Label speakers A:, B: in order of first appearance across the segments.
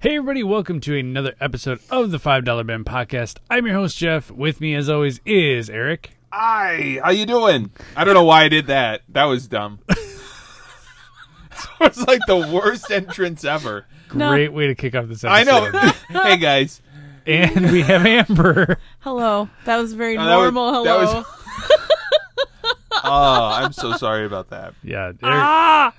A: Hey, everybody, welcome to another episode of the $5 Ben Podcast. I'm your host, Jeff. With me, as always, is Eric.
B: Hi, how you doing? I don't know why I did that. That was dumb. it was like the worst entrance ever.
C: No.
A: Great way to kick off this
B: I
A: episode.
B: know. hey guys,
A: And we have Amber.
C: Hello. That was very
B: Oh, that was-
C: normal.
B: that
C: hello.
B: was- oh, I'm so sorry about that.
A: Yeah. Eric,
C: ah!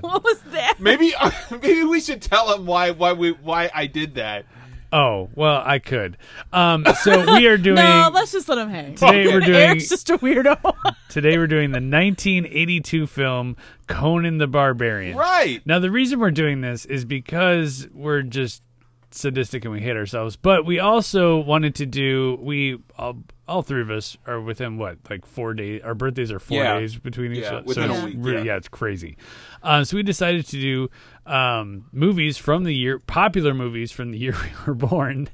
C: What was that?
B: Maybe maybe we should tell him why why we why I did that.
A: Oh, well, I could. Um, so we are doing.
C: No, let's just let him hang.
A: Today we're doing-
C: Eric's just a weirdo.
A: Today we're doing the 1982 film Conan the Barbarian.
B: Right.
A: Now the reason we're doing this is because we're just sadistic and we hate ourselves, but we also wanted to do we all, all three of us are within what like four days. Our birthdays are four
B: Yeah.
A: days between each
B: Yeah,
A: other,
B: within
A: so
C: a
A: it's
B: week,
A: really-
B: yeah.
A: yeah, it's crazy. Uh, so we decided to do um, movies from the year, popular movies from the year we were born.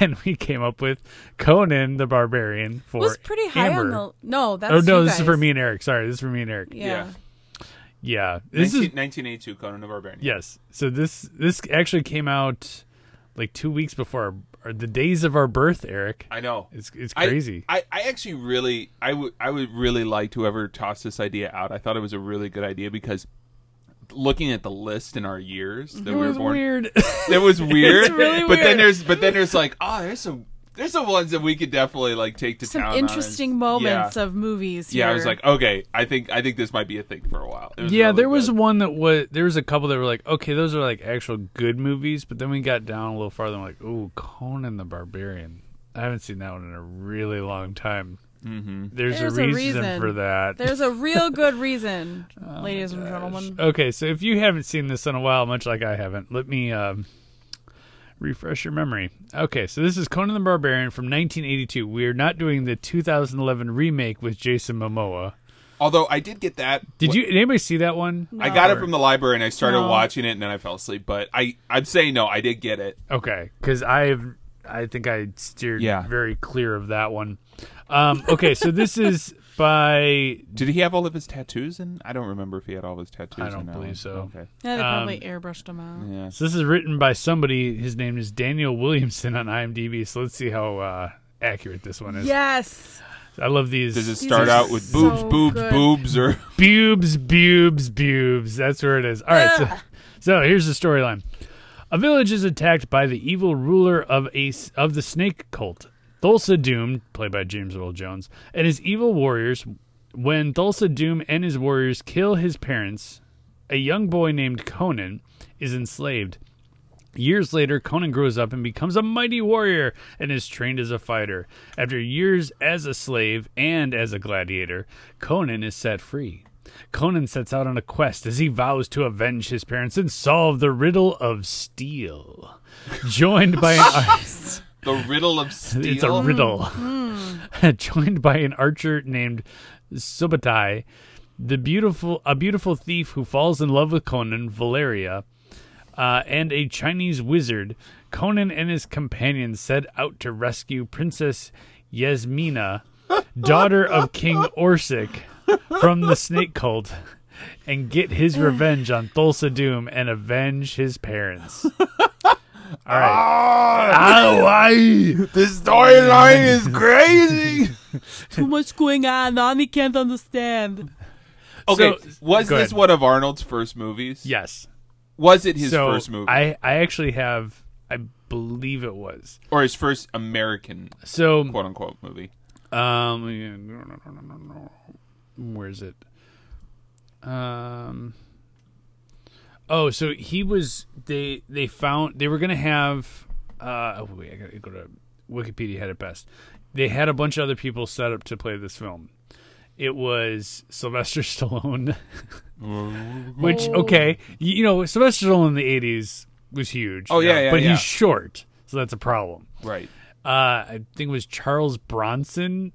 A: And we came up with Conan the Barbarian for
C: was pretty high
A: Amber.
C: on the. No, that's.
A: Oh no,
C: you
A: this is for
C: guys.
A: me and Eric. Sorry, this is for me and Eric.
C: Yeah.
B: Yeah.
A: Yeah, this
B: 19-
A: is
B: 1982 Conan the Barbarian.
A: yes. So this this actually came out like two weeks before our, or the days of our birth, Eric.
B: I know.
A: It's it's
B: I-
A: crazy.
B: I, I actually really I would I would really like whoever tossed this idea out. I thought it was a really good idea because looking at the list in our years that we were born,
A: weird.
B: it was weird.
C: really
B: but then
C: weird.
B: there's but then there's like oh there's some there's some ones that we could definitely like take to town.
C: Some
B: on and-
C: interesting moments
B: Yeah.
C: of movies.
B: yeah, I
C: here.
B: was like, okay, I think I think this might be a thing for a while. It
A: yeah,
B: really
A: there was
B: good.
A: one that was there was a couple that were like, okay, those are like actual good movies, but then we got down a little farther and like, ooh, Conan the Barbarian. I haven't seen that one in a really long time. Mm-hmm. There's,
C: There's
A: a,
C: a
A: reason
C: reason.
A: for that.
C: There's a real good reason,
A: Oh
C: ladies and gentlemen.
A: Okay, so if you haven't seen this in a while, much like I haven't, let me um, refresh your memory. Okay, so this is Conan the Barbarian from 1982. We're not doing the 2011 remake with Jason Momoa.
B: Although I did get that.
A: Did
B: wh-
A: you? Did anybody see that one?
B: I got it
A: Or-
B: from the library and I started
C: No.
B: watching it and then I fell asleep. But I I'm saying no, I did get it.
A: Okay, because I have, I think I steered
B: Yeah.
A: very clear of that one. Um, okay, so this is by
B: Did he have all of his tattoos in? I don't remember if he had all of his tattoos.
A: I don't
B: in that
A: believe
B: one.
A: so.
B: Okay.
C: Yeah, they probably
A: um,
C: airbrushed him out.
B: Yeah.
A: so this is written by somebody. His name is Daniel Williamson on IMDb. So let's see how uh, accurate this one is.
C: Yes.
A: I love these.
B: Does it
C: These
B: start
C: are
B: out with boobs,
C: so
B: boobs,
C: good.
B: boobs, or
A: Bubes, bubes, bubes. That's where it is. All right. So, so here's the storyline. A village is attacked by the evil ruler of a s- of the snake cult, Thulsa Doom, played by James Earl Jones, and his evil warriors. When Thulsa Doom and his warriors kill his parents, a young boy named Conan is enslaved. Years later, Conan grows up and becomes a mighty warrior and is trained as a fighter. After years as a slave and as a gladiator, Conan is set free. Conan sets out on a quest as he vows to avenge his parents and solve the riddle of steel. Joined by an ar-
B: the riddle of steel?
A: it's a riddle.
B: Hmm.
A: Joined by an archer named Subutai, the beautiful a beautiful thief who falls in love with Conan, Valeria, uh, and a Chinese wizard, Conan and his companions set out to rescue Princess Yasmina, daughter of King Orsic, from the snake cult. And get his revenge on Thulsa Doom and avenge his parents. All right.
B: Ah,
A: Ow, aye.
B: the storyline is crazy.
C: Too much going on. Nami can't understand.
B: Okay,
A: So-
B: was
A: go
B: this
A: ahead.
B: one of Arnold's first movies?
A: Yes.
B: Was it his
A: so
B: first movie
A: I, I actually have, I believe it was.
B: or his first American
A: So,
B: quote unquote movie?
A: um, where's it? Um, oh, so he was, they, they found, they were going to have, uh, oh, wait, I got to go to Wikipedia had it best. They had a bunch of other people set up to play this film. It was Sylvester Stallone, which
B: Oh.
A: okay, you, you know Sylvester Stallone in the '80s was huge.
B: Oh, yeah, yeah,
A: but
B: yeah.
A: he's short, so that's a problem.
B: Right.
A: Uh, I think it was Charles Bronson.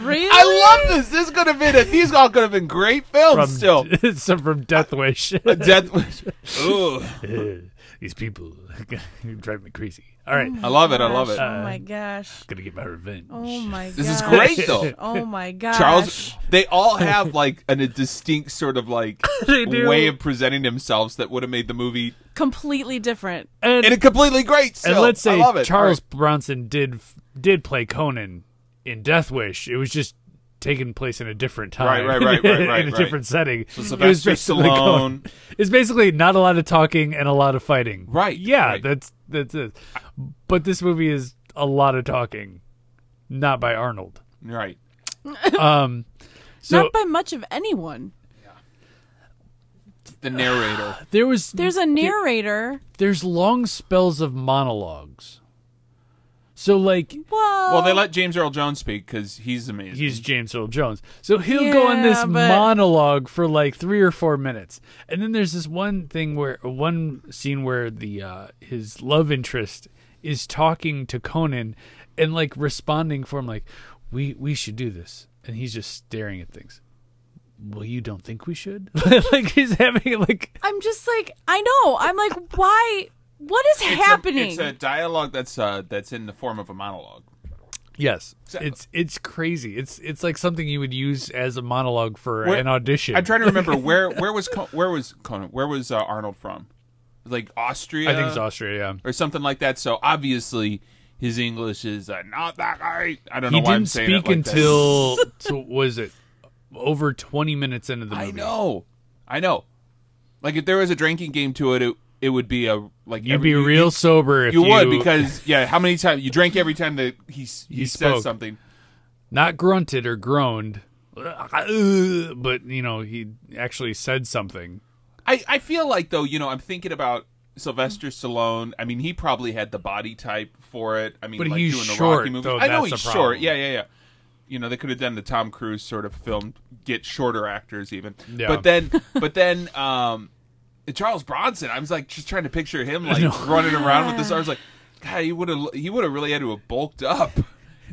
C: Really?
B: I love this. This could have been a, these all could have been great films
A: From,
B: still.
A: so from Death Wish.
B: Death Wish. Ooh.
A: These people drive me crazy. All right.
B: I love it. I love
A: Uh,
B: it.
A: it.
D: oh my gosh.
A: Gonna get my revenge.
D: Oh my gosh.
B: This is great though.
D: Oh my gosh.
B: Charles, they all have like an, a distinct sort of like
A: They do.
B: way of presenting themselves that would have made the movie
D: completely different.
A: And,
B: and it completely great. Still.
A: and let's
B: I
A: say
B: love it.
A: Charles
B: All
A: Bronson did did play Conan in Death Wish. It was just taking place in a different time,
B: Right, right, right, right, right,
A: in a
B: right.
A: different setting.
B: Sylvester
A: it was basically
B: Stallone.
A: Conan. It's basically not a lot of talking and a lot of fighting.
B: Right,
A: Yeah,
B: right.
A: that's that's it. But this movie is a lot of talking, not by Arnold.
B: right. right.
A: Um, so
D: Not by much of anyone.
B: The narrator.
A: there was
D: There's a narrator.
A: there's long spells of monologues. So like
D: Well,
B: Well, they let James Earl Jones speak because he's amazing.
A: Oh. he's James Earl Jones. So he'll go on this
D: Yeah, but-
A: monologue for like three or four minutes, and then there's this one thing where one scene where the uh, his love interest is talking to Conan and like responding for him like, "We we should do this," and he's just staring at things. Well, you don't think we should? like he's having like
D: I'm just like, I know. I'm like, why? What is
B: It's a-
D: happening?
B: it's a dialogue that's uh, that's in the form of a monologue.
A: yes, it's it's crazy. It's it's like something you would use as a monologue for
B: Where-
A: an audition.
B: I'm trying to remember where where was Con- where was Conan where was uh, Arnold from? Like Austria,
A: I think it's Austria. Yeah.
B: or something like that. So obviously his English is uh, not that great. I don't
A: he
B: know why I'm
A: didn't
B: saying
A: speak
B: it like that.
A: until so was it over 20 minutes into the movie
B: I know, I know. Like if there was a drinking game to it, it, it would be a like
A: you'd
B: every-
A: be real sober if
B: You,
A: you,
B: you would because yeah, how many times you drank every time that he s- he,
A: He spoke.
B: says something.
A: not grunted or groaned but you know he actually said something
B: I, I feel like though, you know, I'm thinking about Sylvester Stallone. I mean, he probably had the body type for it. I mean,
A: But
B: like
A: he's
B: doing the
A: short,
B: Rocky movie.
A: though,
B: I know
A: that's
B: he's
A: the
B: short.
A: problem.
B: Yeah, yeah, yeah. You know, they could have done the Tom Cruise sort of film, get shorter actors even.
A: Yeah.
B: But then, but then, um, Charles Bronson. I was like just trying to picture him like
A: No.
B: running around with this. I was like, God, he would have he would have really had to have bulked up.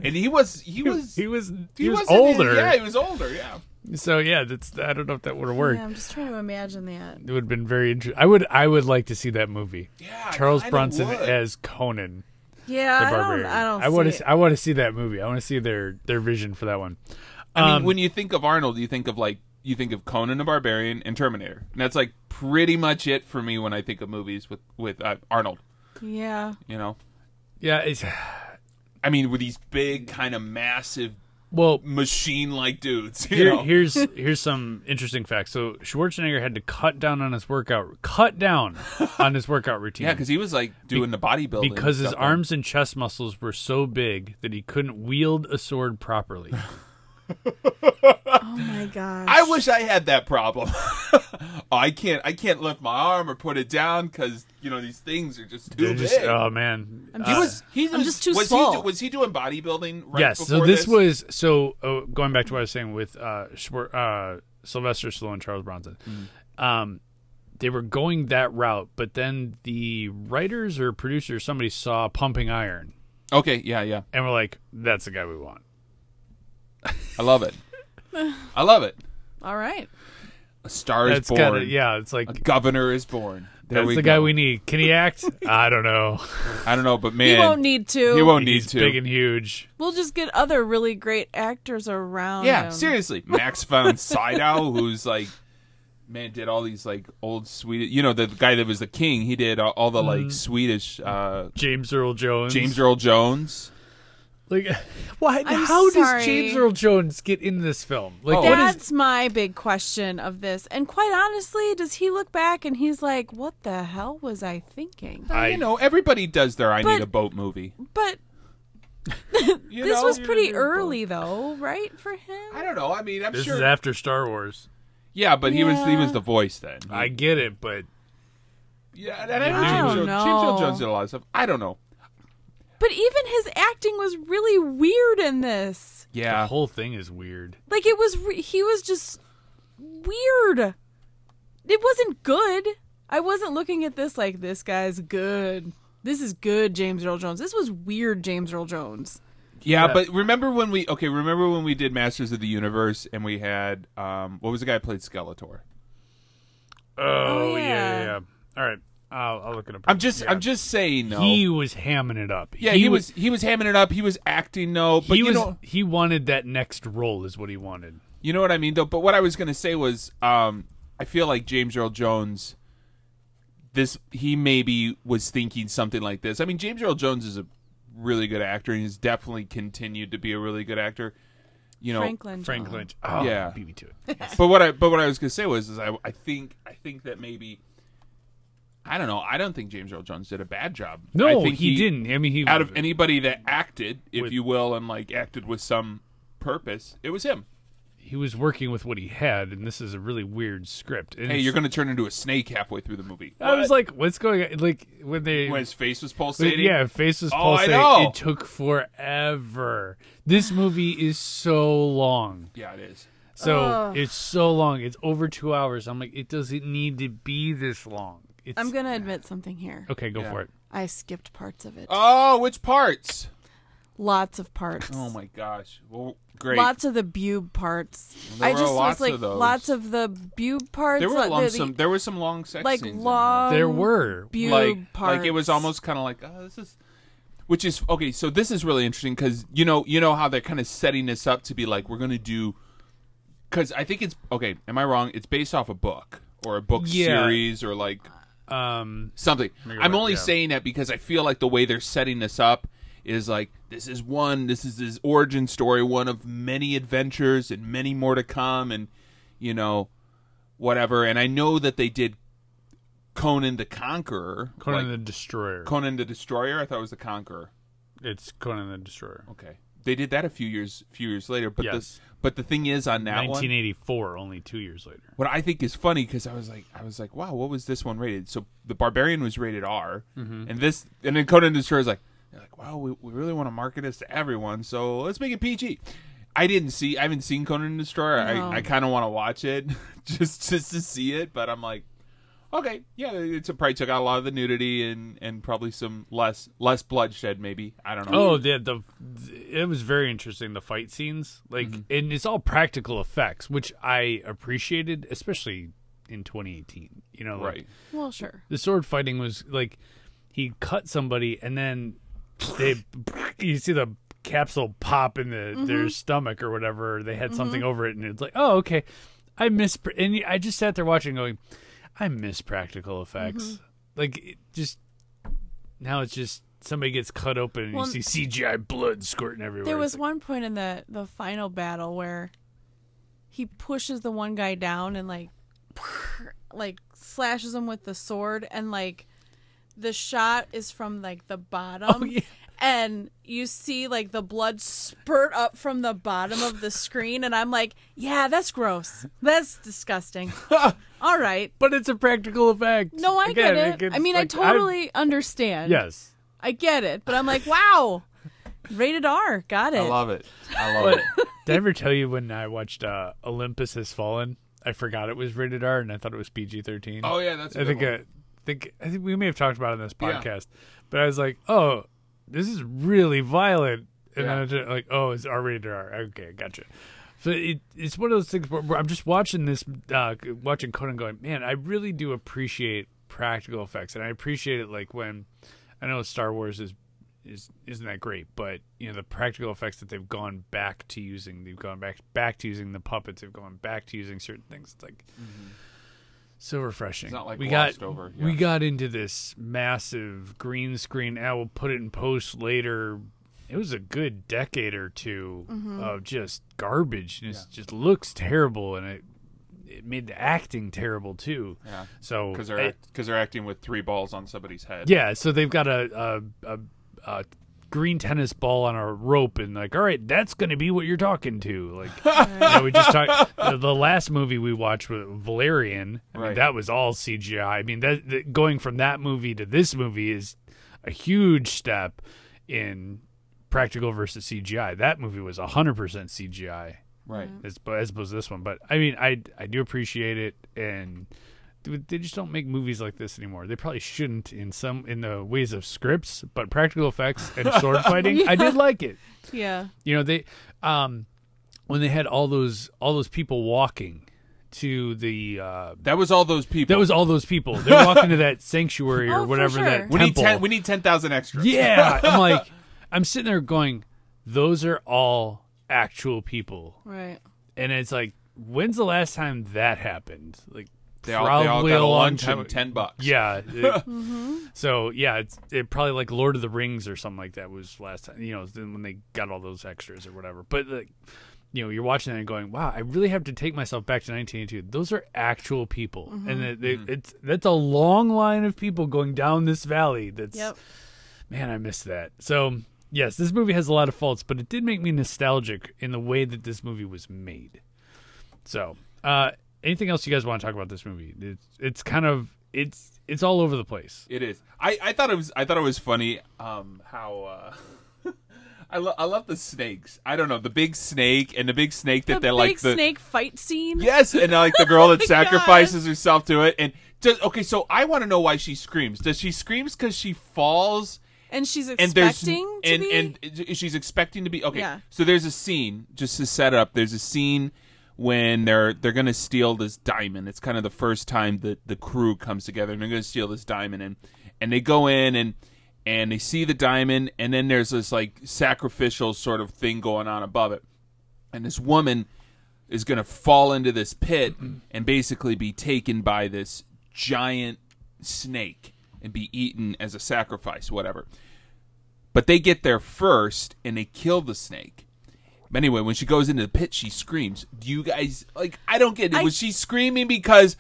B: And he was he was
A: he was he, was
B: wasn't-
A: older
B: Yeah, he was older. Yeah.
A: so yeah that's i don't know if that would have
D: yeah,
A: worked
D: I'm just trying to imagine that.
A: it would have been very interesting i would i would like to see that movie
B: Yeah, I
A: charles
B: kinda
A: bronson
B: would.
A: as conan
D: Yeah,
A: the
D: I don't.
A: barbarian
D: I don't.
A: want
D: see
A: to i want to see that movie i want to see their their vision for that one
B: I mean,
A: Um,
B: when you think of Arnold, you think of like you think of Conan the Barbarian and Terminator, and that's like pretty much it for me when I think of movies with with uh, Arnold.
D: it. Yeah.
B: You know,
A: yeah it's
B: I mean, with these big kind of massive
A: well
B: machine like dudes. You
A: Here,
B: know?
A: Here's here's some interesting facts. So Schwarzenegger had to cut down on his workout, cut down on his workout routine.
B: yeah, because he was like doing the bodybuilding
A: because his
B: stuff, like-
A: arms and chest muscles were so big that he couldn't wield a sword properly.
D: Oh my gosh.
B: I wish I had that problem. oh, I can't. I can't lift my arm or put it down because you know these things are just too
A: They're just-
B: big.
A: oh man,
D: I'm
A: Uh,
B: he was. He was,
D: I'm just too
B: was
D: small.
B: He, do- was he doing bodybuilding? Right
A: yes.
B: Before
A: So this,
B: this
A: was so uh, going back to what I was saying with uh, Schwar- uh, Sylvester Stallone, Charles Bronson.
B: Mm-hmm.
A: Um, they were going that route, but then the writers or producers, somebody saw Pumping Iron,
B: Okay. Yeah. Yeah.
A: and were like, "That's the guy we want."
B: I love it. I love it.
D: All right.
B: A star
A: That's
B: is born.
A: kind of yeah. It's like
B: A governor is born. There
A: That's
B: we
A: the
B: go.
A: guy we need. Can he act? I don't know.
B: I don't know, but
D: He
B: man,
D: won't need to.
B: He won't need
A: He's
B: to.
A: big and huge.
D: We'll just get other really great actors around.
B: yeah,
D: him.
B: seriously. Max von Sydow, who's like, man, did all these like old Swedish. You know, the guy that was the king. He did all, all the
A: Mm.
B: like Swedish. Uh,
A: James Earl Jones.
B: James Earl Jones.
A: Like, why?
D: I'm
A: how
D: sorry.
A: does James Earl Jones get in this film? Like,
B: Oh.
A: what is?
D: That's my big question of this. And quite honestly, does he look back and he's like, what the hell was I thinking?
A: I-
B: you know, everybody does their "I Need
D: But-
B: a Boat" movie.
D: But
B: You
D: this
B: know?
D: was pretty early, though, right, for him?
B: I don't know. I mean, I'm
A: This
B: sure.
A: is after Star Wars.
B: yeah, but he was he
D: Yeah.
B: was the voice then.
A: I get it, but
B: yeah, and I, know James,
D: I don't
B: Earl- James Earl
D: know.
B: Jones did a lot of stuff. I don't know.
D: But even his acting was really weird in this.
A: the
B: Yeah,
A: whole thing is weird.
D: Like, it was, re- he was just weird. It wasn't good. I wasn't looking at this like, this guy's good. This is good, James Earl Jones. This was weird, James Earl Jones.
B: Yeah,
A: Yeah.
B: but remember when we okay? Remember when we did Masters of the Universe and we had um, what was the guy who played Skeletor?
A: Oh,
D: yeah.
A: yeah, yeah, yeah. All right. I'll, I'll look it up.
B: I'm just I'm just saying no.
A: He was hamming it up.
B: Oh. yeah, he, was, he was hamming it up. He was acting no, but
A: he
B: you
A: was.
B: know
A: he wanted that next role, is what he wanted.
B: you know what I mean though. But what I was gonna say was, um, I feel like James Earl Jones, this he maybe was thinking something like this. I mean, James Earl Jones is a really good actor, and he's definitely continued to be a really good actor. You know,
D: Franklin.
A: Frank Lynch. Oh,
B: uh-huh. Yeah.
A: beat me to it.
B: but what I but what I was gonna say was is I I think I think that maybe I don't know I don't think James Earl Jones did a bad job.
A: No,
B: I think
A: he, didn't. I mean, he
B: Out of anybody that acted, if
A: With-
B: you will, and like acted with some purpose, it was him.
A: he was working with what he had, and this is a really weird script. And
B: Hey, you're
A: it's-
B: gonna turn into a snake halfway through the movie.
A: I was like, what's going? on? Like when they.
B: when his face was
A: But
B: pulsating.
A: yeah, face was
B: Oh, I
A: pulsating.
B: know.
A: It took forever. This movie is so long.
B: yeah, it is.
A: So
D: Ugh.
A: it's so long. It's over two hours. I'm like, it doesn't need to be this long. It's
D: I'm gonna admit something here.
A: okay. Go
B: Yeah.
A: for it.
D: I skipped parts of it.
B: Oh, which parts?
D: Lots of parts.
B: Oh my gosh. Well, great.
D: Lots of the boob parts.
B: There
D: I
B: were
D: just
B: lots
D: was like
B: of those.
D: lots of the boob parts.
B: there were
D: like,
B: long,
D: the-
B: some. There were some long sex
D: like
B: scenes. in
D: long
A: there were.
D: boob
B: like
D: parts.
B: like it was almost kind of like oh, this is which is okay so this is really interesting because you know you know how they're kind of setting this up to be like we're gonna do because i think it's okay am i wrong it's based off a book or a book
A: Yeah.
B: series or like
A: Um,
B: something
A: Maybe
B: i'm
A: like-
B: only
A: yeah.
B: saying that because i feel like the way they're setting this up is like this is one this is his origin story one of many adventures and many more to come and you know whatever and i know that they did conan the conqueror
A: Conan
B: like-
A: the Destroyer.
B: Conan the Destroyer. I thought it was the Conqueror.
A: it's Conan the Destroyer.
B: Okay, they did that a few years, few years later. But
A: Yes.
B: the but the thing is on that one,
A: 1984, only two years later.
B: what I think is funny because I was like, I was like, wow, what was this one rated? So the Barbarian was rated R,
A: Mm-hmm.
B: and this, and then Conan the Destroyer is like, they're like, wow, we, we really want to market this to everyone, so let's make it PG. I didn't see, I haven't seen Conan the Destroyer.
D: No.
B: I, I kind of want to watch it just just to see it, but I'm like. Okay, yeah, it's a, probably took out a lot of the nudity and, and probably some less less bloodshed, maybe. I don't know.
A: Oh, the, the it was very interesting. The fight scenes, like,
B: Mm-hmm.
A: and it's all practical effects, which I appreciated, especially in 2018. You know, like,
B: Right.
D: well, sure.
A: the sword fighting was like he cut somebody and then they you see the capsule pop in the
D: Mm-hmm.
A: their stomach or whatever they had something over it and it's like oh okay i miss and i just sat there watching going i miss practical effects
D: Mm-hmm.
A: like it just now it's just somebody gets cut open and
D: Well,
A: you see cgi blood squirting everywhere
D: There
A: It's
D: was
A: like,
D: one point in the the final battle where he pushes the one guy down and like like slashes him with the sword and like the shot is from like the bottom
A: Oh, yeah.
D: and you see like the blood spurt up from the bottom of the screen and I'm like, "Yeah, that's gross. That's disgusting." All right.
A: but it's a practical effect
D: No, I
A: Again, it
D: get it.
A: gets,
D: I mean,
A: like,
D: I totally understand.
A: yes
D: I get it, but I'm like, "Wow. Rated R. Got it."
B: I love it. I love
A: But
B: it.
A: did I ever tell you when I watched uh, Olympus Has Fallen? I forgot it was rated R and I thought it was PG thirteen.
B: Oh yeah, that's. a
A: I
B: good
A: think
B: one.
A: I think I think we may have talked about it in this
B: Yeah.
A: podcast, but I was like, oh, this is really violent, and
B: Yeah.
A: then I did, like, oh, it's R rated R. Okay, gotcha. So it, it's one of those things where, where I'm just watching this, uh, watching Conan, going, man, I really do appreciate practical effects, and I appreciate it like when I know Star Wars is is isn't that great, but you know the practical effects that they've gone back to using, they've gone back back to using the puppets, they've gone back to using certain things. It's like so refreshing.
B: Mm-hmm. It's not, like,
A: we
B: glossed
A: got
B: over,
A: we
B: yeah.
A: got into this massive green screen. I will put it in post later. It was a good decade or 2 of just garbage. And It just looks terrible, and it it made the acting terrible too.
B: Yeah.
A: So eh,
B: Because they're
A: I-
B: because they're acting with three balls on somebody's head.
A: yeah, so they've got a a, a a green tennis ball on a rope, and like, all right, that's going to be what you're talking to. Like, you know, we just talked. The, the last movie we watched was Valerian. I mean,
B: Right.
A: that was all CGI. I mean, that, that going from that movie to this movie is a huge step in practical versus CGI. That movie was 100% CGI
B: Right.
A: as, as opposed to this one. But I mean, I I do appreciate it, and dude, they just don't make movies like this anymore. They probably shouldn't in some in the ways of scripts, but practical effects and sword fighting. I did like it.
D: Yeah.
A: You know, they um when they had all those all those people walking to the. Uh,
B: That was all those people.
A: that was all those people. They walked into that sanctuary
D: Oh,
A: or
D: for
A: whatever
D: sure.
A: that
B: we need
A: temple.
B: ten. We need ten thousand extras.
A: yeah, I'm like, I'm sitting there going, those are all actual people,
D: Right.
A: and it's like, when's the last time that happened? Like,
B: they all,
A: probably
B: they all got a
A: a long
B: lunch
A: time.
B: and ten bucks.
A: Yeah. it- So yeah, it's it probably like Lord of the Rings or something like that was last time. You know, then when they got all those extras or whatever. But like, you know, you're watching that and going, "Wow, I really have to take myself back to 1982." Those are actual people, and it, it-
B: Mm-hmm.
A: it's that's a long line of people going down this valley. That's
D: Yep.
A: man, I missed that. So yes, this movie has a lot of faults, but it did make me nostalgic in the way that this movie was made. So, uh, anything else you guys want to talk about this movie? It's, it's kind of it's it's all over the place.
B: It is. I, I thought it was. I thought it was funny. Um, how uh, I lo- I love the snakes. I don't know the big snake and the big snake that
D: The
B: they
D: big
B: like the
D: snake fight scene.
B: yes and like the girl that
D: my God.
B: sacrifices herself to it and does, okay. So I want to know why she screams. Does she screams because she falls?
D: And she's
B: and there's
D: expecting to
B: and
D: be.
B: and she's expecting to be okay.
D: Yeah.
B: So there's a scene just to set up. There's a scene when they're they're gonna steal this diamond. It's kind of the first time that the crew comes together and they're gonna steal this diamond and and they go in and and they see the diamond and then there's this like sacrificial sort of thing going on above it and this woman is going to fall into this pit and basically be taken by this giant snake and be eaten as a sacrifice, whatever. But they get there first and they kill the snake. But anyway, when she goes into the pit, she screams. Do you guys like? I don't get it.
D: I-
B: Was she screaming because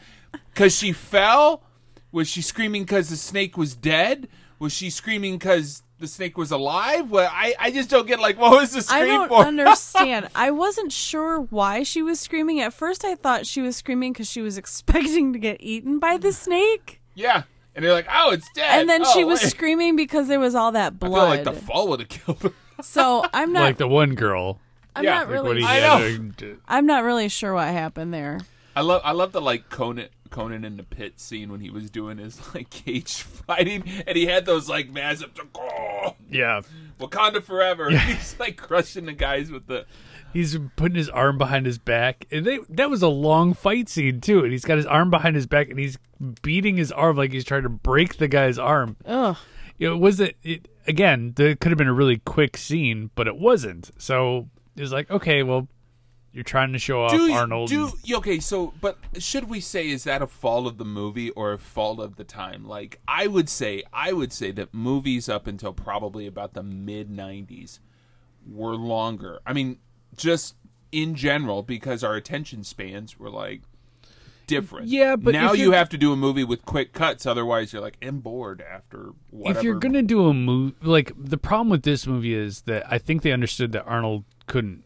B: because she fell? Was she screaming because the snake was dead? Was she screaming because the snake was alive? Well, I I just don't get like what was the scream
D: I don't
B: for?
D: understand. I wasn't sure why she was screaming. At first, I thought she was screaming because she was expecting to get eaten by the snake.
B: Yeah. And they're like, oh, it's dead.
D: And then she
B: Oh,
D: was
B: wait.
D: screaming because there was all that
B: I
D: blood.
B: feel like the fall would have killed her.
D: so I'm not.
A: like the one girl,
D: I'm
B: yeah,
D: not
B: like
A: like what
D: really.
A: he
B: I
A: had
B: know.
A: to-
D: I'm not really sure what happened there.
B: I love, I love the like Conan, Conan in the pit scene when he was doing his like cage fighting, and he had those like massive "Oh,
A: yeah,
B: Wakanda forever. He's like crushing the guys with the
A: he's putting his arm behind his back, and they that was a long fight scene too. And he's got his arm behind his back, and he's beating his arm like he's trying to break the guy's arm.
D: Ugh.
A: It wasn't. It, again, there could have been a really quick scene, but it wasn't. So it was like, okay, well, you're trying to show off
B: do,
A: Arnold.
B: Do
A: and-
B: yeah, okay, so but should we say is that a fault of the movie or a fault of the time? Like I would say, I would say that movies up until probably about the mid '90s were longer. I mean, just in general because our attention spans were like different.
A: Yeah, but
B: now
A: if
B: you
A: you're-
B: have to do a movie with quick cuts, otherwise you're like I'm bored after whatever.
A: if you're gonna do a movie, like the problem with this movie is that I think they understood that Arnold couldn't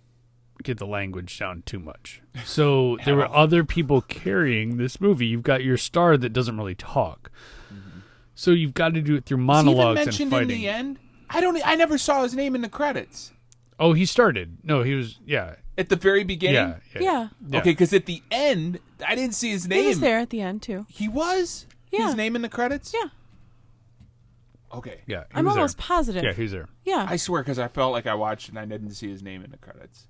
A: get the language down too much, so there were other people carrying this movie. You've got your star that doesn't really talk, Mm-hmm. so you've got to do it through
B: Was he even
A: monologues and
B: mentioned in
A: fighting.
B: the end, I don't. e, I never saw his name in the credits
A: Oh, he started. No, he was. Yeah,
B: at the very beginning.
A: yeah, yeah.
D: Yeah.
A: Yeah.
B: Okay, because at the end, I didn't see his name.
D: He was there at the end too.
B: He was?
D: Yeah.
B: His name in the credits?
D: Yeah.
B: Okay.
A: Yeah, he
D: I'm
A: was there.
D: almost positive.
A: Yeah, he's there.
D: Yeah.
B: I swear, because I felt like I watched and I didn't see his name in the credits.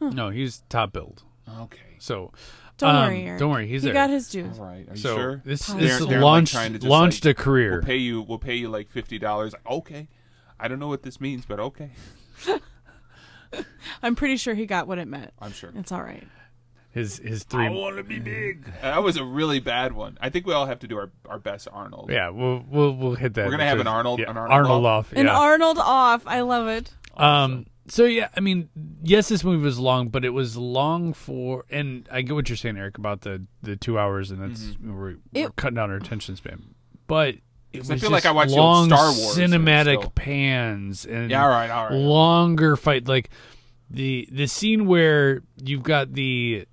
A: No, he's top billed.
B: Okay.
A: So
D: don't
A: um,
D: worry. Eric.
A: Don't worry, he's
D: he
A: there.
D: got his dues.
B: All right. Are you
A: so
B: sure?
A: this
B: They're-
A: this
B: they're, like,
A: launched
B: trying to just,
A: launched
B: like,
A: a career.
B: We'll pay you. We'll pay you like fifty dollars. Like, okay. I don't know what this means, but okay.
D: I'm pretty sure he got what it meant.
B: I'm sure.
D: It's all right.
A: His his three
B: to be big. That was a really bad one. I think we all have to do our, our best Arnold.
A: Yeah, we'll we'll we'll hit that.
B: We're gonna have an Arnold-
A: yeah,
B: an Arnold
A: off.
D: An
A: yeah.
D: Arnold off. I love it.
A: um. So yeah, I mean, yes, this movie was long, but it was long for, and I get what you're saying, Eric, about the the two hours, and that's we're, we're
D: It-
A: cutting down our attention span. But it was
B: Mm-hmm. I feel
A: just
B: like I watched the
A: long
B: old Star Wars and
A: cinematic
B: still-
A: pans and
B: Yeah, all right, all right.
A: longer fight like the the scene where you've got the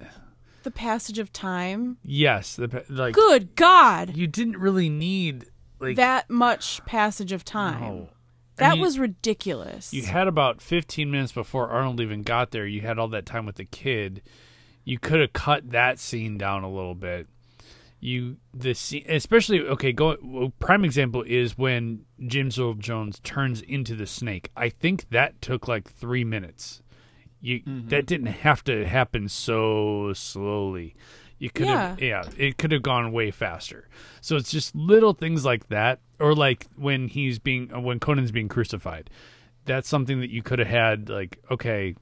D: The passage of time.
A: yes the pa- like
D: Good God.
A: you didn't really need like
D: That much passage of time.
A: No.
D: That
A: mean-
D: was ridiculous.
A: You had about 15 minutes before Arnold even got there. You had all that time with the kid. You could have cut that scene down a little bit. You the scene, especially okay. Go well, prime example is when James Earl Jones turns into the snake. I think that took like three minutes. You that didn't have to happen so slowly. You could have, yeah, it could have gone way faster. So it's just little things like that, or like when he's being, uh, when Conan's being crucified. That's something that you could have had, like, okay,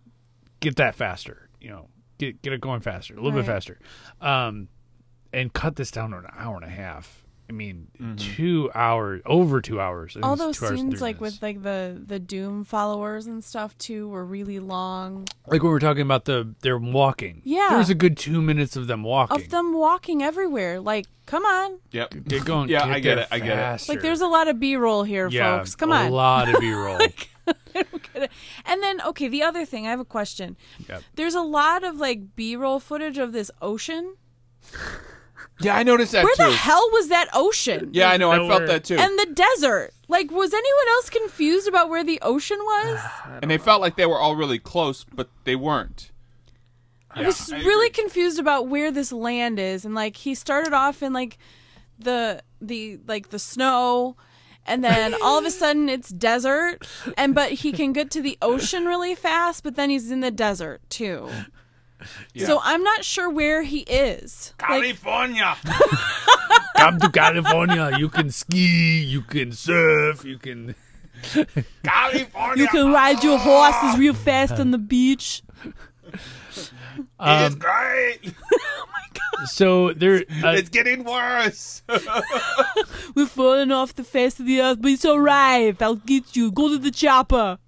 A: get that faster, you know, get get it going faster, a little bit
D: Right.
A: faster, um, and cut this down to an hour and a half. I mean,
B: Mm-hmm.
A: two hours, over two hours. and
D: All
A: it's
D: those
A: two hours and
D: scenes,
A: three
D: like
A: minutes.
D: with like the the Doom followers and stuff too, were really long.
A: like when we were talking about the they're walking.
D: Yeah.
A: there was a good two minutes of them walking.
D: Of them walking everywhere, like come on,
B: Yep.
A: Get going.
B: Yeah,
A: get
B: I get
A: there
B: it. I get it.
A: faster.
D: like there's a lot of B roll here,
A: yeah,
D: folks. Come
A: a
D: on,
A: lot of B-roll.
D: and then okay, the other thing, I have a question.
A: Yep.
D: There's a lot of like B roll footage of this ocean.
B: Yeah, I noticed that
D: Where
B: too.
D: the hell was that ocean?
B: yeah, I know. I felt
A: Nowhere.
B: that too.
D: And the desert. Like, was anyone else confused about where the ocean was?
B: and they felt like they were all really close, but they weren't.
D: I was
B: I
D: really confused about where this land is, and like he started off in like the the like the snow, and then all of a sudden it's desert, and but he can get to the ocean really fast, but then he's in the desert too. So I'm not sure where he is. Like,
B: California.
A: Come to California. You can ski. You can surf. You can.
B: California.
C: You can ride your horses real fast on the beach.
B: It's great.
A: So there. Um, Uh,
B: it's getting worse.
C: We're falling off the face of the earth, but it's alright. I'll get you. Go to the chopper.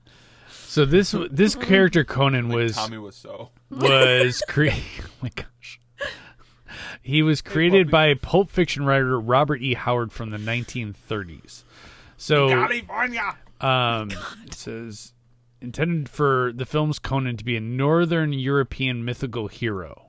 A: so this this character Conan was
B: Tommy was so.
A: was created. oh my gosh. He was created by Pulp Fiction writer Robert E. Howard from the 1930s. So
B: California.
A: Um, it says intended for the film's Conan to be a northern European mythical hero.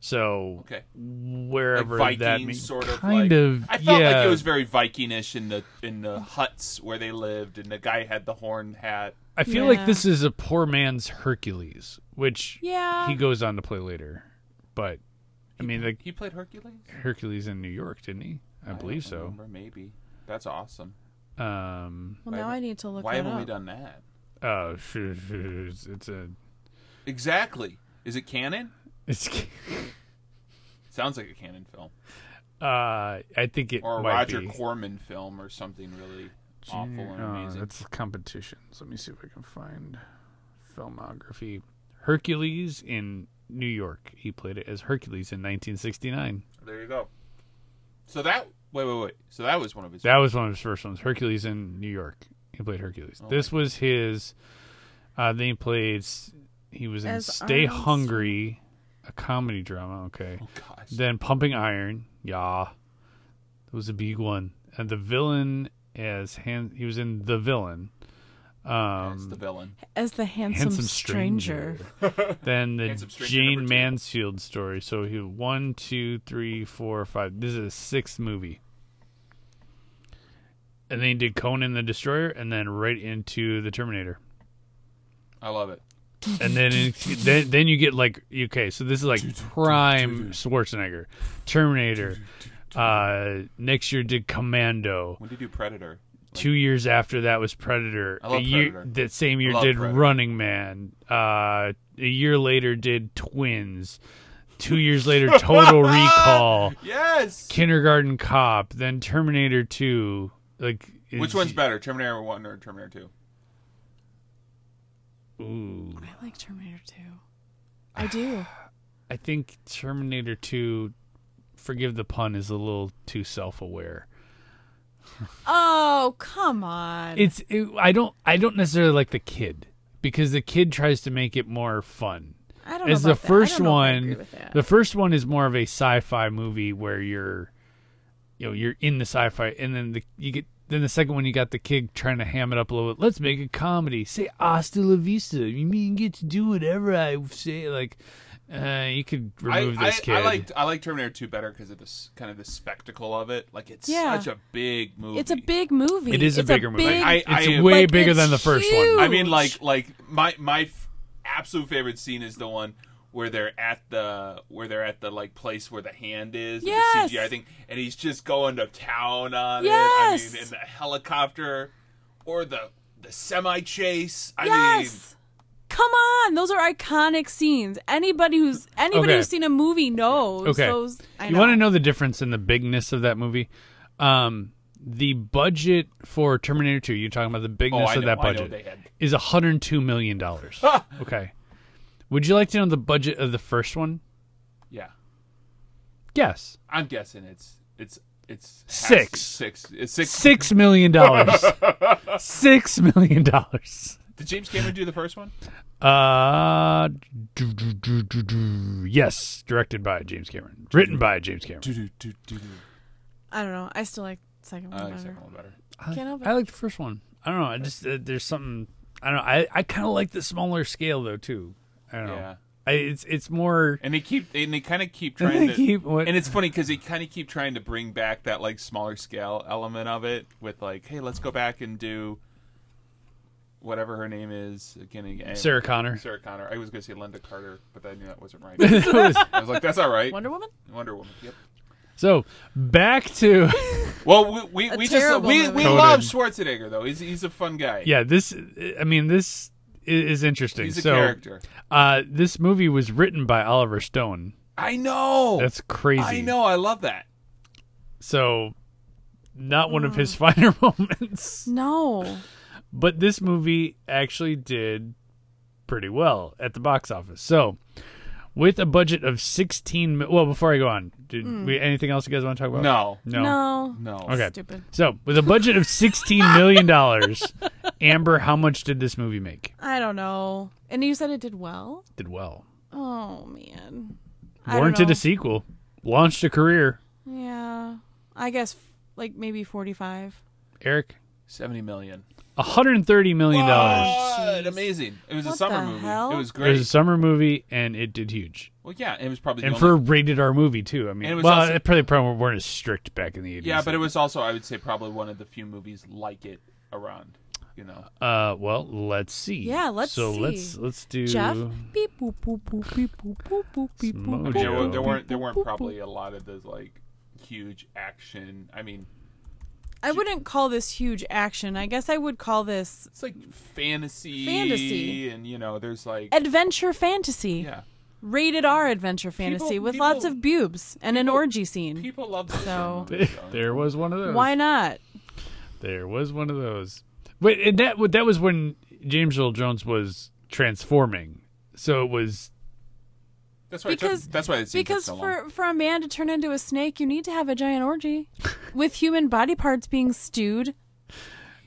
A: So
B: Okay. Like
A: wherever
B: Vikings,
A: that means,
B: sort of.
A: kind
B: like,
A: of.
B: I felt
A: yeah.
B: like it was very Vikingish in the in the huts where they lived, and the guy had the horn hat.
A: I feel
D: Yeah.
A: like this is a poor man's Hercules, which
D: Yeah.
A: he goes on to play later. But I mean, like
B: He played Hercules.
A: Hercules in New York, didn't he? I
B: don't
A: believe so.
B: remember, maybe. That's awesome.
A: Um,
D: well, now I need to look
B: Why
D: that
B: haven't we
D: up.
B: done that?
A: oh, it's a.
B: Exactly. Is it canon?
A: It's.
B: Sounds like a canon film
A: Uh, I think it
B: or a
A: might
B: Roger
A: be.
B: Corman film or something really awful and
A: Uh,
B: amazing.
A: That's competitions. Let me see if I can find filmography. Hercules in New York. He played it as Hercules in 1969.
B: There you go. So that wait wait wait. So that was one of his.
A: That was one of his first ones. Hercules in New York. He played Hercules.
B: Oh,
A: this was his. Uh, then he played. s- He was in
D: As
A: Stay
D: Arnold
A: Hungry, a comedy drama. Okay.
B: oh gosh.
A: Then Pumping Iron. Yeah. That was a big one. And the villain as Han. He was in The Villain. Um,
B: That's the villain.
D: As the handsome,
A: handsome
D: stranger.
A: stranger. then the
B: Handsome Stranger number
A: Jane
B: two.
A: Mansfield story. So he one, two, three, four, five. This is a sixth movie. And then he did Conan the Destroyer, and then right into the Terminator.
B: I love it.
A: And then, then then you get like okay, so this is like prime Schwarzenegger, Terminator. Uh, next year did Commando.
B: When did you do Predator?
A: Two years after that was Predator.
B: I love
A: a year,
B: Predator.
A: That same year
B: love
A: did
B: Predator.
A: Running Man. Uh, a year later did Twins. Two years later, Total Recall,
B: Yes.
A: Kindergarten Cop, then Terminator Two. Like
B: Which
A: is-
B: one's better, Terminator One or Terminator Two?
A: Ooh,
D: I like Terminator 2. I do.
A: I think Terminator Two. Forgive the pun, is a little too self-aware.
D: Oh, come on.
A: It's it, I don't I don't necessarily like the kid because the kid tries to make it more fun.
D: I don't know
A: As the
D: about that. I don't
A: first
D: know if I agree
A: one,
D: with that.
A: the first one is more of a sci-fi movie where you're, you know, you're in the sci-fi, and then the you get then the second one you got the kid trying to ham it up a little bit. Let's make a comedy. Say hasta la vista. You mean get to do whatever I say? Like, uh, you could remove
B: I,
A: this
B: I,
A: kid.
B: I liked I like Terminator Two better because of this kind of the spectacle of it. Like it's
D: Yeah.
B: such a big movie.
D: It's a big movie.
A: it is a
D: It's
A: bigger movie.
D: big-
B: Like, I-
A: it's
B: I-
A: way
D: like,
A: bigger
D: it's
A: than the first one.
D: huge.
B: I mean, like like my my f- absolute favorite scene is the one where they're at the where they're at the like place where the hand is. with
D: Yes.
B: The CGI thing, and he's just going to town on it. I
D: Yes.
B: mean, in the helicopter or the the semi chase. I
D: yes. Come on, those are iconic scenes. Anybody who's anybody
A: Okay.
D: who's seen a movie knows
A: Okay.
D: those. I
A: You want to know the difference in the bigness of that movie? Um, the budget for Terminator 2, you're talking about the bigness
B: Oh, I
A: of
B: know-
A: that
B: I know they
A: budget,
B: had-
A: is $102 million. okay. Would you like to know the budget of the first one?
B: Yeah,
A: Yes.
B: I'm guessing it's it's it's half-
A: Six.
B: six it's six.
A: $6 million. $6 million.
B: Did James Cameron do the first one?
A: Uh, do, do, do, do, do. Yes, directed by James Cameron. Written by James Cameron.
B: Do do do do do.
D: I don't know. I still like the second one
B: I like Uh, the
D: better.
B: second one better.
A: I,
D: Can't help it.
A: I like the first one. I don't know. I just, uh, there's something, I don't know. I, I kind of like the smaller scale, though, too. I don't know.
B: Yeah,
A: I, it's it's more
B: and they keep and they kind of keep
A: They
B: trying to
A: keep what-
B: and it's funny because they kind of keep trying to bring back that like smaller scale element of it with like, hey, let's go back and do whatever her name is again. again
A: Sarah Connor.
B: Sarah Connor. I was going to say Linda Carter, but I knew that wasn't right.
A: That was-
B: I was like, that's all right.
D: Wonder Woman.
B: Wonder Woman. Yep.
A: so back to
B: Well, we we,
D: A
B: we just
D: terrible
B: we,
D: movie.
B: we
A: Conan.
B: love Schwarzenegger though. He's he's a fun guy.
A: yeah. This I mean this i- is interesting.
B: He's a
A: so
B: character.
A: uh, this movie was written by Oliver Stone.
B: I know.
A: That's crazy.
B: I know. I love that.
A: So not one of his
D: Mm.
A: finer moments.
D: No.
A: But this movie actually did pretty well at the box office. So with a budget of 16 mi- well before I go on, did we anything else you guys want to talk about?
B: No.
A: No.
D: Hmm. No.
B: No.
A: Okay.
D: Stupid.
A: So, with a budget of sixteen million dollars, Amber, how much did this movie make?
D: I don't know. And you said it did well.
A: Did well.
D: Oh man. I don't
A: Warranted
D: know.
A: a sequel. Launched a career.
D: Yeah. I guess f- like maybe forty-five.
A: Eric,
B: Seventy million.
A: hundred and thirty million dollars.
B: Oh, What? Amazing. It was a
D: What
B: summer
D: the
B: movie.
D: hell?
B: It was
A: It was a
B: great.
A: summer movie, and it did huge.
B: Well, yeah, it was probably the
A: And
B: only-
A: for a rated R movie too. I
B: And it
A: mean,
B: was
A: well,
B: also-
A: it probably probably weren't as strict back in the eighties.
B: Yeah, but it was also I would say probably one of the few movies like it around. You know.
A: uh, well, let's see.
D: Yeah, let's
A: so
D: see.
A: let's let's do
D: Jeff. Beep boop boop boop beep boop boop boop beep boop.
A: Smojo.
B: There, were, there
A: Joe.
B: weren't there weren't
D: Boop, boop.
B: probably a lot of those like huge action. I mean,
D: I wouldn't call this huge action. I guess I would call this
B: it's like fantasy,
D: Fantasy.
B: and you know, there's like
D: adventure fantasy.
B: yeah,
D: Rated R adventure fantasy with
B: people-
D: lots of boobes and an orgy scene.
B: people love those
D: So-
B: sort of movies, though.
A: There was one of those.
D: Why not?
A: There was one of those. Wait, and that that was when James Earl Jones was transforming. So it was
B: That's why because, it
D: Because-
B: took, that's why it took
D: Because
B: so long.
D: for, for a man to turn into a snake, you need to have a giant orgy with human body parts being stewed,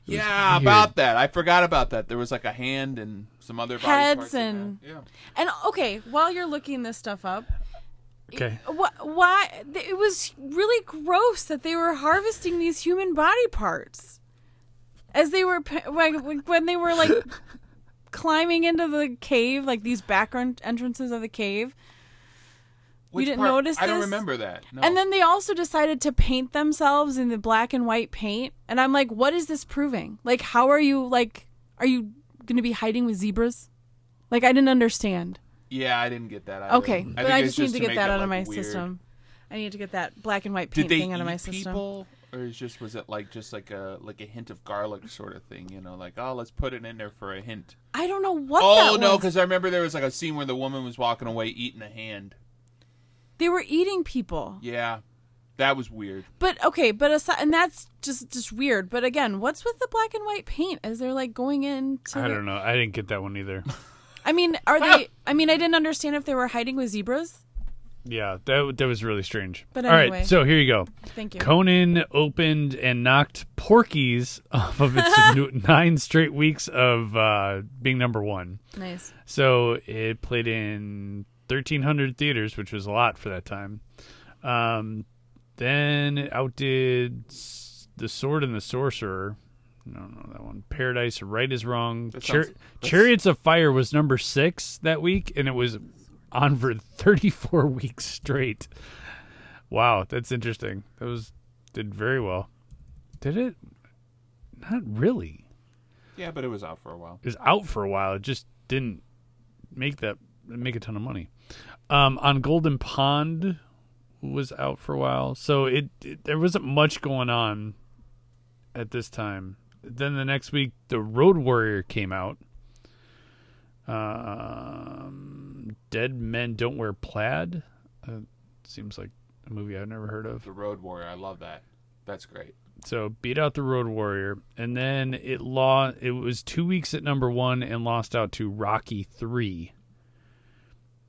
B: yeah,
A: weird.
B: about that. I forgot about that. There was like a hand and some other body
D: Heads
B: parts in
D: and-
B: that. yeah.
D: And okay, while you're looking this stuff up,
A: okay.
D: wh- why th- it was really gross that they were harvesting these human body parts as they were pa- when when they were like climbing into the cave, like these background entrances of the cave.
B: Which
D: didn't
B: part?
D: notice
B: I don't
D: this?
B: remember that. No.
D: And then they also decided to paint themselves in the black and white paint, and I'm like, what is this proving? Like, how are you like? Are you going to be hiding with zebras? Like, I didn't understand.
B: yeah, I didn't get that. Either.
D: Okay,
B: think
D: but I
B: it's
D: just need to get
B: make
D: that out of
B: like,
D: my
B: weird.
D: system. I need to get that black and white
B: Did
D: paint
B: they
D: thing out of
B: eat
D: my system.
B: people, or is just was it like just like a like a hint of garlic sort of thing? You know, like oh, let's put it in there for a hint.
D: I don't know what.
B: oh
D: that
B: no,
D: was.
B: because I remember there was like a scene where the woman was walking away eating a hand.
D: they were eating people.
B: Yeah, that was weird.
D: But okay, but aside, and that's just just weird. But again, what's with the black and white paint as they're like going in? To
A: I
D: the-
A: don't know. I didn't get that one either.
D: I mean, are
B: Ah!
D: they? I mean, I didn't understand if they were hiding with zebras.
A: Yeah, that that was really strange.
D: But
A: all
D: anyway.
A: right, so here you go.
D: Thank you.
A: Conan opened and knocked Porky's off of its n- nine straight weeks of uh, being number one.
D: nice.
A: So it played in 1,300 theaters, which was a lot for that time. Um, then it outdid S- The Sword and the Sorcerer. I don't know that one. Paradise Right is Wrong.
B: That
A: Char-
B: sounds- that's-
A: Chariots of Fire was number six that week, and it was on for 34 weeks straight. Wow, that's interesting. That was did very well. Did it? Not really
B: Yeah, but it was out for a while.
A: is out for a while. It just didn't make that make a ton of money. Um, on Golden Pond was out for a while, so it, it there wasn't much going on at this time. Then the next week, the Road Warrior came out. Um, Dead Men Don't Wear Plaid. Uh, seems like a movie I've never heard of.
B: The Road Warrior. I love that. That's great.
A: So beat out the Road Warrior, and then it law it was two weeks at number one and lost out to Rocky Three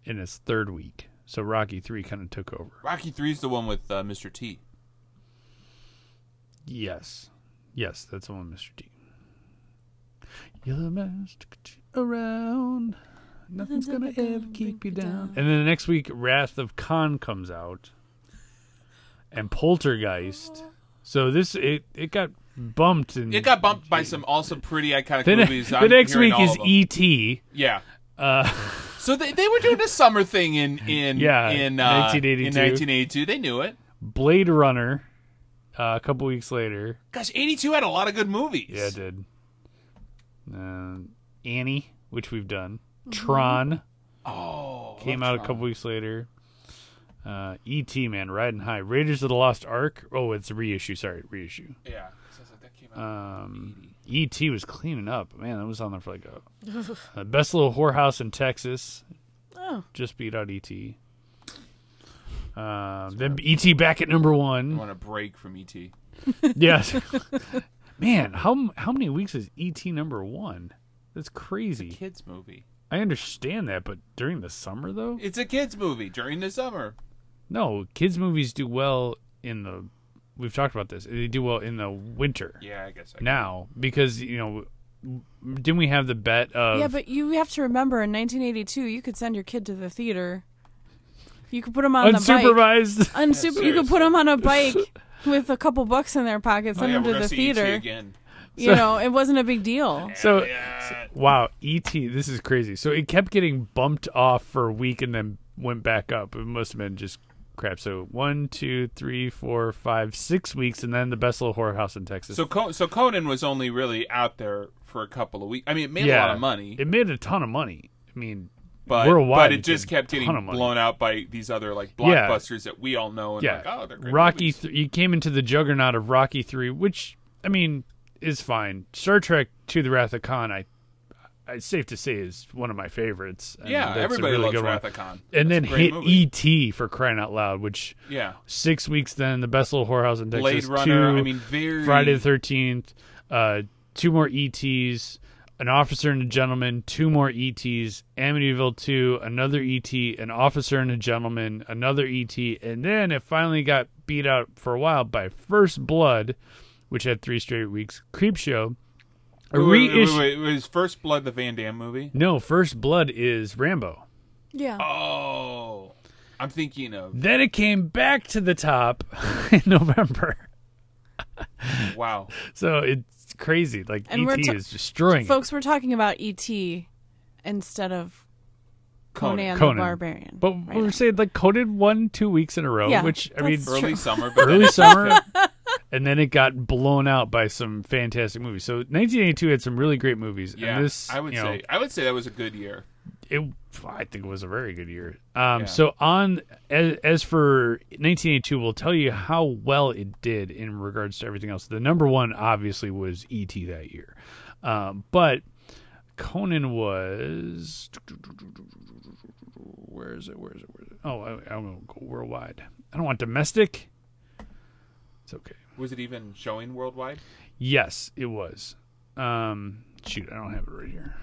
A: in its third week. So Rocky Three kind of took over.
B: Rocky Three is the one with uh, Mr. T.
A: Yes, yes, that's the one, Mr. D. You're the best around. Nothing's gonna ever keep you down. And then the next week, Wrath of Khan comes out, and Poltergeist. So this it it got bumped and
B: It got bumped by some also pretty iconic
A: the, ne-
B: movies.
A: the
B: I'm
A: next
B: hearing
A: week
B: all
A: is E
B: of them.
A: E.T.
B: Yeah. so they, they were doing a summer thing in in
A: Uh, Yeah,
B: in, uh,
A: 1982.
B: in 1982. They knew it.
A: Blade Runner. Uh, a couple weeks later,
B: Gosh, 82 had a lot of good movies.
A: yeah, it did. Um, Annie, which we've done. Tron
B: Oh,
A: came out a couple weeks later. Uh, E.T. Man, riding high. Raiders of the Lost Ark. Oh, it's a reissue. Sorry, reissue.
B: Yeah. So it's like that came
A: um,
B: out in 80.
A: E.T. was cleaning up. Man, that was on there for like a uh, best little whorehouse in Texas.
D: Oh.
A: Just beat out E.T. Um, then E.T. back at number
B: I
A: one.
B: want a break from E ET.
A: Yes. Man, how m- how many weeks is E.T. number one? That's crazy.
B: Kids movie.
A: I understand that, but during the summer though,
B: It's a kids movie during the summer.
A: no kids movies do well in the. We've talked about this. They do well in the winter
B: Yeah, I guess. I
A: now because you know didn't we have the bet of
D: Yeah, but you have to remember in 1982, you could send your kid to the theater. You could put them on the bike.
A: unsupervised?
D: Unsuper- you could put them on a bike with a couple bucks in their pocket,
B: Oh,
D: send
B: yeah, we're
D: them
B: gonna
D: to the
B: see ET
D: theater.
B: again.
D: You know, it wasn't a big deal.
A: So,
B: Yeah.
A: wow, ET, this is crazy. So it kept getting bumped off for a week and then went back up. It must have been just crap. So one, two, three, four, five, six weeks, and then the best little horror house in Texas.
B: So, Con- so Conan was only really out there for a couple of weeks. I mean, it made a lot of money, Oh
A: It made a ton of money. I mean,
B: but
A: worldwide,
B: but it
A: it
B: just
A: did
B: kept
A: a
B: getting
A: ton of money.
B: blown out by these other like
A: Yeah.
B: blockbusters that we all know. And
A: yeah,
B: like, oh, they're great
A: Rocky.
B: movies.
A: Th- you came into the juggernaut of Rocky three, which I mean is fine. Star Trek: To the Wrath of Khan, I, I it's safe to say is one of my favorites. And
B: yeah,
A: that's a
B: everybody
A: really
B: loves
A: good one.
B: Wrath of Khan.
A: and then
B: That's a great
A: hit E
B: movie.
A: E.T. for crying out loud, which
B: Yeah,
A: six weeks then the best little whorehouse in
B: Blade
A: Texas.
B: Runner.
A: two,
B: I mean, very
A: Friday the Thirteenth, uh, two more ETs, an officer and a gentleman, two more ETs, Amityville Two, another ET, an officer and a gentleman, another ET, and then it finally got beat out for a while by First Blood, which had three straight weeks. Creepshow, a
B: Wait, wait, wait,
A: reissue.
B: wait, wait, was First Blood the Van Damme movie?
A: No, First Blood is Rambo.
D: Yeah.
B: Oh, I'm thinking of
A: Then it came back to the top in November.
B: wow.
A: So it's crazy. Like
D: And we're
A: ET
D: ta-
A: is destroying it.
D: Folks, we're talking about E.T. instead of Conan,
A: Conan.
D: the Barbarian.
A: But
D: right
A: we're
D: now.
A: saying like Conan won two weeks in a row,
D: Yeah,
A: which I mean
D: that's
B: early
D: true.
B: summer, but
A: early summer, and then it got blown out by some fantastic movies. So 1982 had some really great movies.
B: yeah,
A: and this,
B: I would
A: you
B: say
A: know,
B: I would say that was a good year.
A: it. I think it was a very good year. Um,
B: Yeah.
A: So on as, as for 1982, we'll tell you how well it did in regards to everything else. The number one obviously was ET that year, um, but Conan was where is it? Where is it? Where is it? Oh, I, I'm gonna go worldwide. I don't want domestic. It's okay.
B: Was it even showing worldwide?
A: Yes, it was. Um, shoot, I don't have it right here.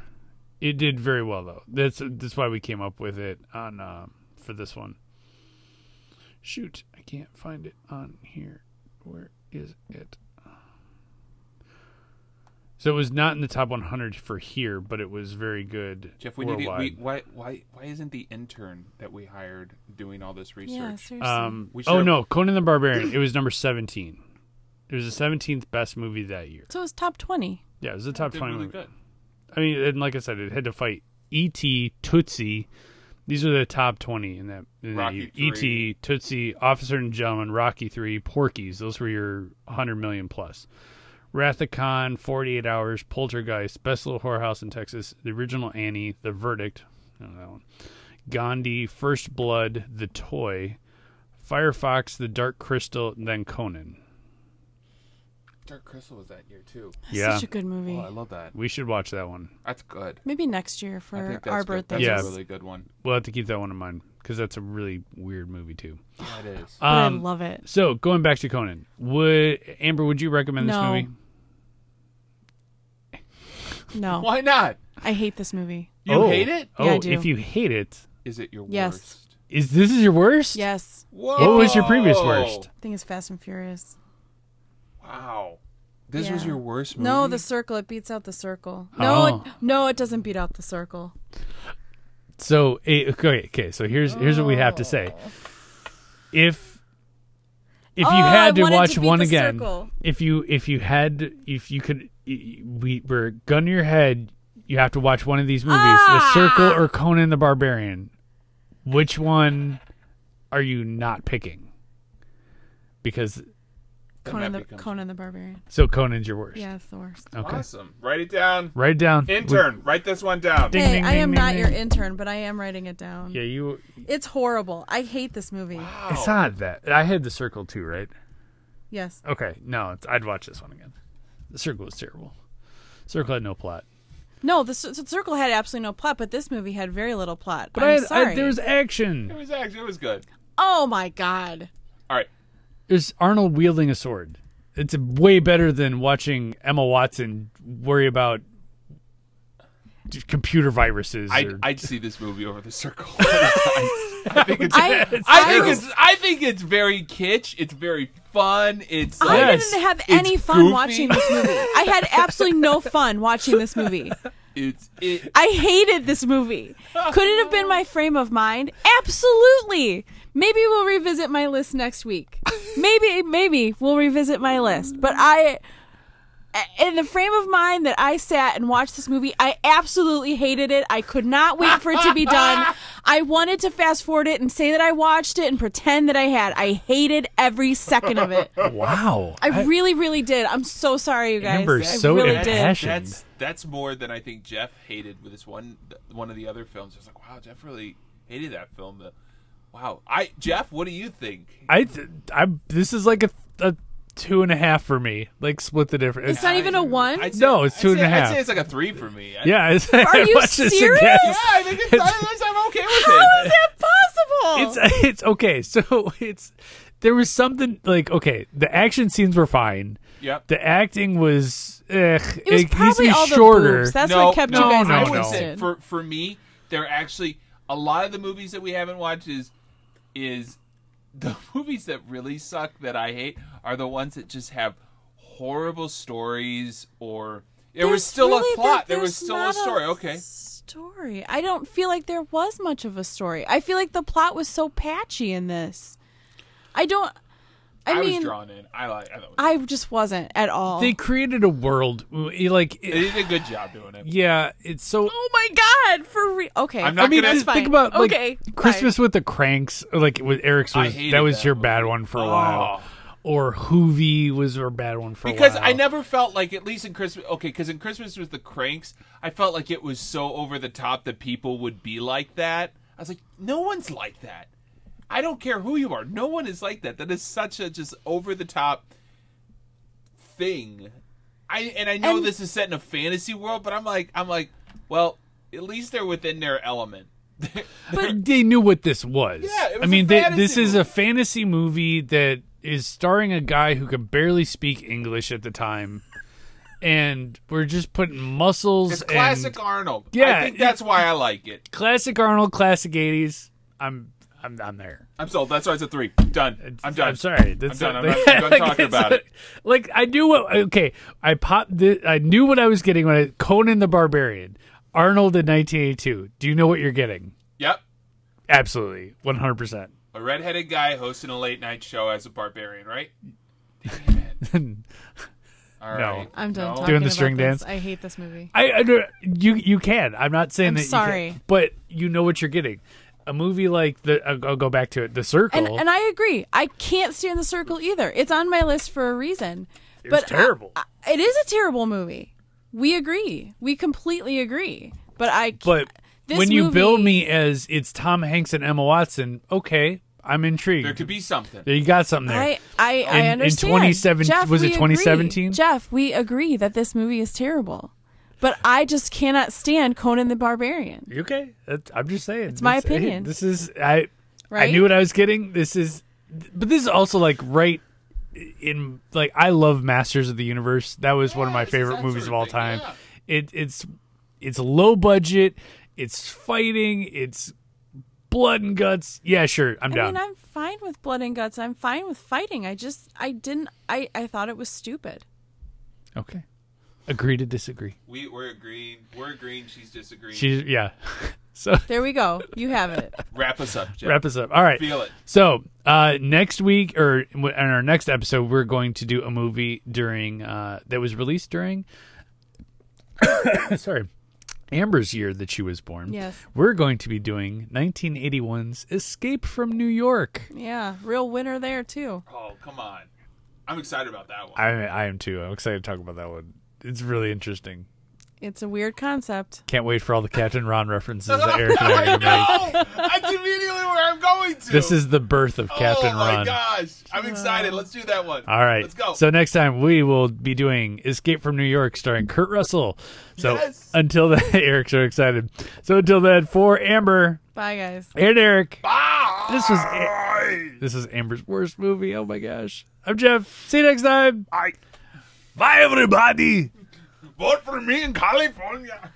A: It did very well though. That's that's why we came up with it on um, for this one. Shoot, I can't find it on here. Where is it? So it was not in the top 100 for here, but it was very good.
B: Jeff, we need to,
A: worldwide.
B: we, why why why isn't the intern that we hired doing all this research?
D: yeah, seriously.
A: um,
B: We should
A: oh
B: have-
A: no, Conan the Barbarian. It was number 17. It was the 17th best movie that year.
D: so it's top 20.
A: Yeah, it was the top
B: Did
A: 20
B: really
A: movie.
B: good.
A: I mean, and like I said, it had to fight E.T., Tootsie. These are the top twenty in that. In that
B: Rocky
A: year.
B: three.
A: E.T., Tootsie, Officer and Gentleman, Rocky Three, Porky's. Those were your hundred million plus. Wrath of Khan, Forty Eight Hours, Poltergeist, Best Little Whorehouse in Texas, The Original Annie, The Verdict, I don't know that one. Gandhi, First Blood, The Toy, Firefox, The Dark Crystal, and then Conan.
B: Dark Crystal was that year too.
A: yeah,
D: Such a good movie.
B: Oh, I love that.
A: we should watch that one.
B: That's good.
D: Maybe next year
B: I
D: for
B: think that's
D: our
B: good. That's
D: birthday.
A: Yeah.
B: a really good one.
A: We'll have to keep that one in mind because that's a really weird movie too.
B: Yeah, it is.
D: But I
A: Um,
D: love it.
A: So going back to Conan, would Amber? Would you recommend this
D: No.
A: movie?
D: No,
B: Why not?
D: I hate this movie.
B: You
A: oh.
B: hate it?
A: Oh,
D: Yeah, I do.
A: if you hate it,
B: Is it your
D: Yes.
B: worst?
A: is this is your worst?
D: Yes,
B: Whoa.
A: was your previous
B: Oh.
A: worst?
D: I think it's Fast and Furious.
B: Wow. This was
D: Yeah.
B: your worst movie.
D: No, The Circle. It beats out The Circle. No,
A: Oh.
D: it, no, it doesn't beat out The Circle.
A: So eh, okay, okay. So here's here's what we have to say. If if you
D: Oh, I
A: had to
D: wanted to
A: watch
D: beat
A: one
D: the
A: again,
D: circle.
A: if you if you had if you could y- y- we were gun to your head, you have to watch one of these movies,
D: Ah.
A: The Circle or Conan the Barbarian. Which one are you not picking? Because
B: Then
D: Conan
B: that
D: the
B: becomes-
D: Conan the Barbarian.
A: so Conan's your worst.
D: Yeah, it's the worst.
A: Okay.
B: Awesome. Write it down.
A: Write it down.
B: Intern, write this one down.
A: Ding,
D: hey,
A: ding,
D: I
A: ding,
D: am
A: ding,
D: not
A: ding.
D: your intern, but I am writing it down.
A: We- yeah, you.
D: It's horrible. I hate this movie.
A: It's not that. I had The Circle too, right?
D: Yes.
A: Okay, no, it's, I'd watch this one again. The Circle was terrible. Circle had no plot.
D: No, the, Cir- Circle had absolutely no plot, but this movie had very little plot.
A: But
D: I'm
A: I had,
D: sorry.
A: I, there was
B: It
A: action.
B: was actually it was good.
D: oh my god.
B: All right.
A: There's Arnold wielding a sword. It's way better than watching Emma Watson worry about d- computer viruses.
B: I'd,
A: or-
B: I'd see this movie over the circle. I think it's
D: I-
B: I think
D: terrible.
B: it's I think it's very kitsch. It's very fun. It's
D: I
B: like,
A: Yes.
D: didn't have any fun
B: goofy.
D: watching this movie. I had absolutely no fun watching this movie.
B: it's it,
D: I hated this movie. Could it have been my frame of mind? Absolutely. Maybe we'll revisit my list next week. Maybe, maybe we'll revisit my list. But I, in the frame of mind that I sat and watched this movie, I absolutely hated it. I could not wait for it to be done. I wanted to fast forward it and say that I watched it and pretend that I had. I hated every second of it.
A: wow.
D: I really, really did. I'm so sorry, you guys.
A: Amber,
D: I
A: so
D: really
A: impassioned.
D: did.
A: Passion.
B: that's that's more than I think Jeff hated with this one one of the other films. I was like, wow, Jeff really hated that film. The- Wow, I Jeff, what do you think?
A: I, th- I, this is like a, a two and a half for me. Like split the difference.
D: It's not even a one.
B: I'd say-
A: No, it's
B: I'd
A: two and
B: say-
A: a half.
B: I'd say it's like a three for me. I-
A: yeah. It's,
D: Are you
A: watch this again.
B: yeah,
D: serious?
B: I think it's, I, I'm okay with
D: How
B: it.
D: is that possible?
A: it's it's okay. So it's there was something like okay, the action scenes were fine.
B: Yep.
A: The acting was ugh, it,
D: It was
A: needs to
D: probably
A: be
D: all the
A: shorter.
D: boobs. That's
B: no,
D: what kept
B: no,
D: you guys
A: no,
B: I would say
D: interested.
B: for for me, they're actually a lot of the movies that we haven't watched is is the movies that really suck that I hate are the ones that just have horrible stories or there was
D: There's
B: still
D: really-
B: a plot. There
D: there-
B: was
D: there's
B: still
D: not
B: a story. Okay.
D: Story. I don't feel like there was much of a story. I feel like the plot was so patchy in this. I don't. I,
B: I, was
D: mean,
B: drawn in. I like. I, thought it was-
D: I just wasn't at all.
A: They created a world w- like
B: they
A: it-
B: did a good job doing it.
A: yeah, it's so
D: oh my god! For real? Okay.
B: I'm
A: I
B: not
A: mean,
B: gonna-
A: just
D: That's
A: think
D: fine.
A: about like
D: Okay,
A: Christmas with the Cranks, or, like with Eric's
B: I
A: was
B: hated
A: that was
B: that
A: your
B: movie.
A: bad one for a
B: Oh.
A: while, or Hoovy was your bad one for
B: because
A: a while.
B: I never felt like at least in Christmas okay because in Christmas with the cranks I felt like it was so over the top that people would be like that I was like no one's like that I don't care who you are no one is like that that is such a just over the top thing I and I know
D: And-
B: this is set in a fantasy world but I'm like I'm like well at least they're within their element
A: they knew what this was.
B: Yeah, it was
A: I mean,
B: a
A: they,
B: fantasy
A: this is a
B: movie.
A: fantasy movie that is starring a guy who could barely speak English at the time, and we're just putting muscles.
B: it's
A: and-
B: classic Arnold
A: Yeah,
B: I think
A: it-
B: that's why I like it
A: classic Arnold, classic eighties. I'm, I'm, I'm there.
B: I'm sold that's why it's a three done I'm done
A: I'm sorry. That's
B: done.
A: not-
B: I'm not- I'm done talking
A: it's not-
B: about it.
A: Like I knew what. Okay, I popped. The, I knew what I was getting when I Conan the Barbarian, Arnold in 1982. Do you know what you're getting?
B: yep
A: Absolutely, 100. percent
B: A redheaded guy hosting a late night show as a barbarian, right? All
A: No.
B: right.
D: I'm done
B: No?
D: talking
A: Doing the
D: about
A: string
D: this.
A: dance.
D: I hate this movie.
A: I, I don't- you you can. I'm not saying
D: I'm
A: that. you
D: sorry.
A: can't, but you know what you're getting. A movie like the I'll, I'll go back to it. The Circle.
D: And and I agree. I can't stand the circle either. It's on my list for a reason.
A: it was
D: but
A: terrible.
D: I- it is a terrible movie. We agree. We completely agree. But I
A: but
D: this
A: when you
D: movie-
A: build me as it's Tom Hanks and Emma Watson, okay, I'm intrigued.
B: There could be something.
A: you got something there.
D: I, I,
A: In-
D: I
A: in
D: understand.
A: 2017
D: Jeff,
A: was it
D: we agree.
A: 2017?
D: Jeff, we agree that this movie is terrible, but I just cannot stand Conan the Barbarian.
A: You okay? That- I'm just saying. It's
D: my
A: this, hey,
D: opinion.
A: this is I. I
D: Right?
A: knew what I was getting. This is, but this is also like right in like I love Masters of the Universe. That was one of my
B: this is
A: favorite
B: that
A: movies of
B: sort of
A: all time.
B: thing, yeah.
A: It it's it's low budget. It's fighting. It's blood and guts. Yeah, sure. I'm
D: I
A: down.
D: mean, I'm fine with blood and guts. I'm fine with fighting. I just, I didn't, I, I thought it was stupid.
A: okay. Agree to disagree.
B: We we're agreeing. We're agreeing. She's disagreeing.
A: She's yeah. So
D: There we go. You have it.
B: Wrap us up, Jeff.
A: wrap us up. All right.
B: Feel it.
A: So uh, next week, or in our next episode, we're going to do a movie during uh, that was released during. sorry, Amber's year that she was born.
D: Yes.
A: we're going to be doing 1981's Escape from New York.
D: Yeah, real winner there too.
B: Oh come on! I'm excited about that one.
A: I I am too. I'm excited to talk about that one. It's really interesting.
D: It's a weird concept.
A: Can't wait for all the Captain Ron references that Eric and I are going to make.
B: oh, that's immediately where I'm going to.
A: This is the birth of Captain
B: oh,
A: Ron.
B: my gosh! I'm excited. Let's do that one.
A: All right.
B: Let's go.
A: So next time we will be doing Escape from New York starring Kurt Russell. So
B: Yes.
A: until then, Eric's so excited. So until then, for Amber
D: Bye, guys.
A: and Eric,
B: Bye.
A: this was it. this is Amber's worst movie. Oh my gosh. I'm Jeff. See you next time.
B: Bye.
A: Bye everybody.
B: Vote for me in California.